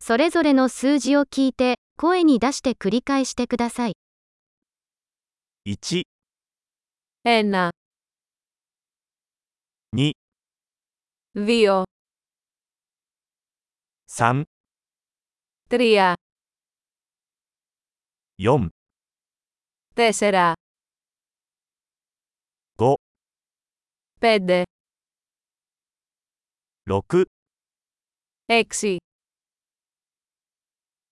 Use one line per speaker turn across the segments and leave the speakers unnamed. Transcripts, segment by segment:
それぞれの数字を聞いて、声に出して繰り返してください。
1、
1,
2、
2, 3,
3、4、
4,
5、
5,
6、
6,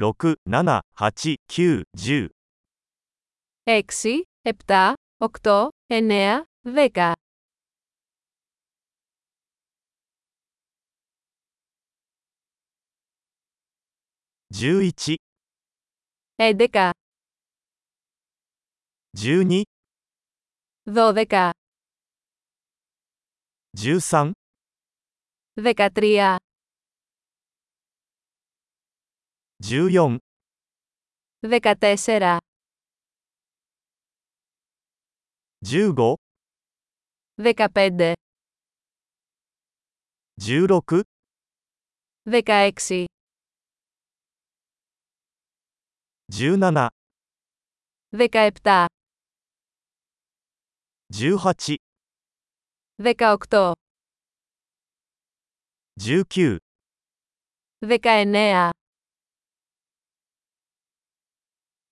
6、7、8、9、10、
6, 7, 8, 9, 10,
11、
11, 12,
12、13、
13, 14,
14、15、
15,
16、
16,
17、
17,
18、
18,
19、
19,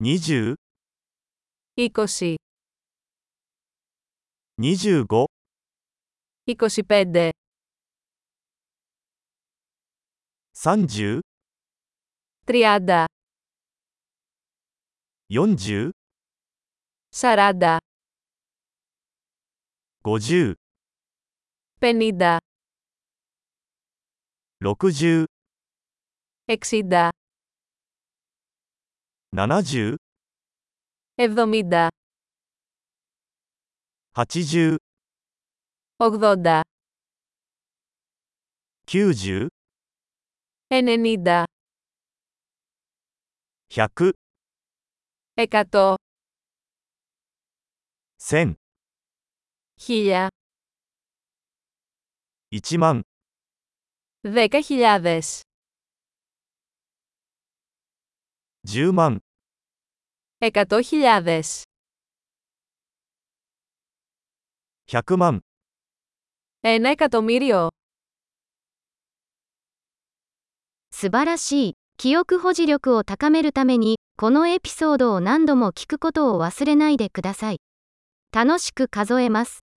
20、
20,
25、
25,
30、
30,
40、
40,
50、
50,
60、
60,
70、
70,
80、
80, 90,
90、
100,
100、1000、
1000,
1万、
10.000,
10万、
100.000,
100万、
1 εκατομμύριο.
素晴らしい。記憶保持力を高めるために、このエピソードを何度も聞くことを忘れないでください。楽しく数えます。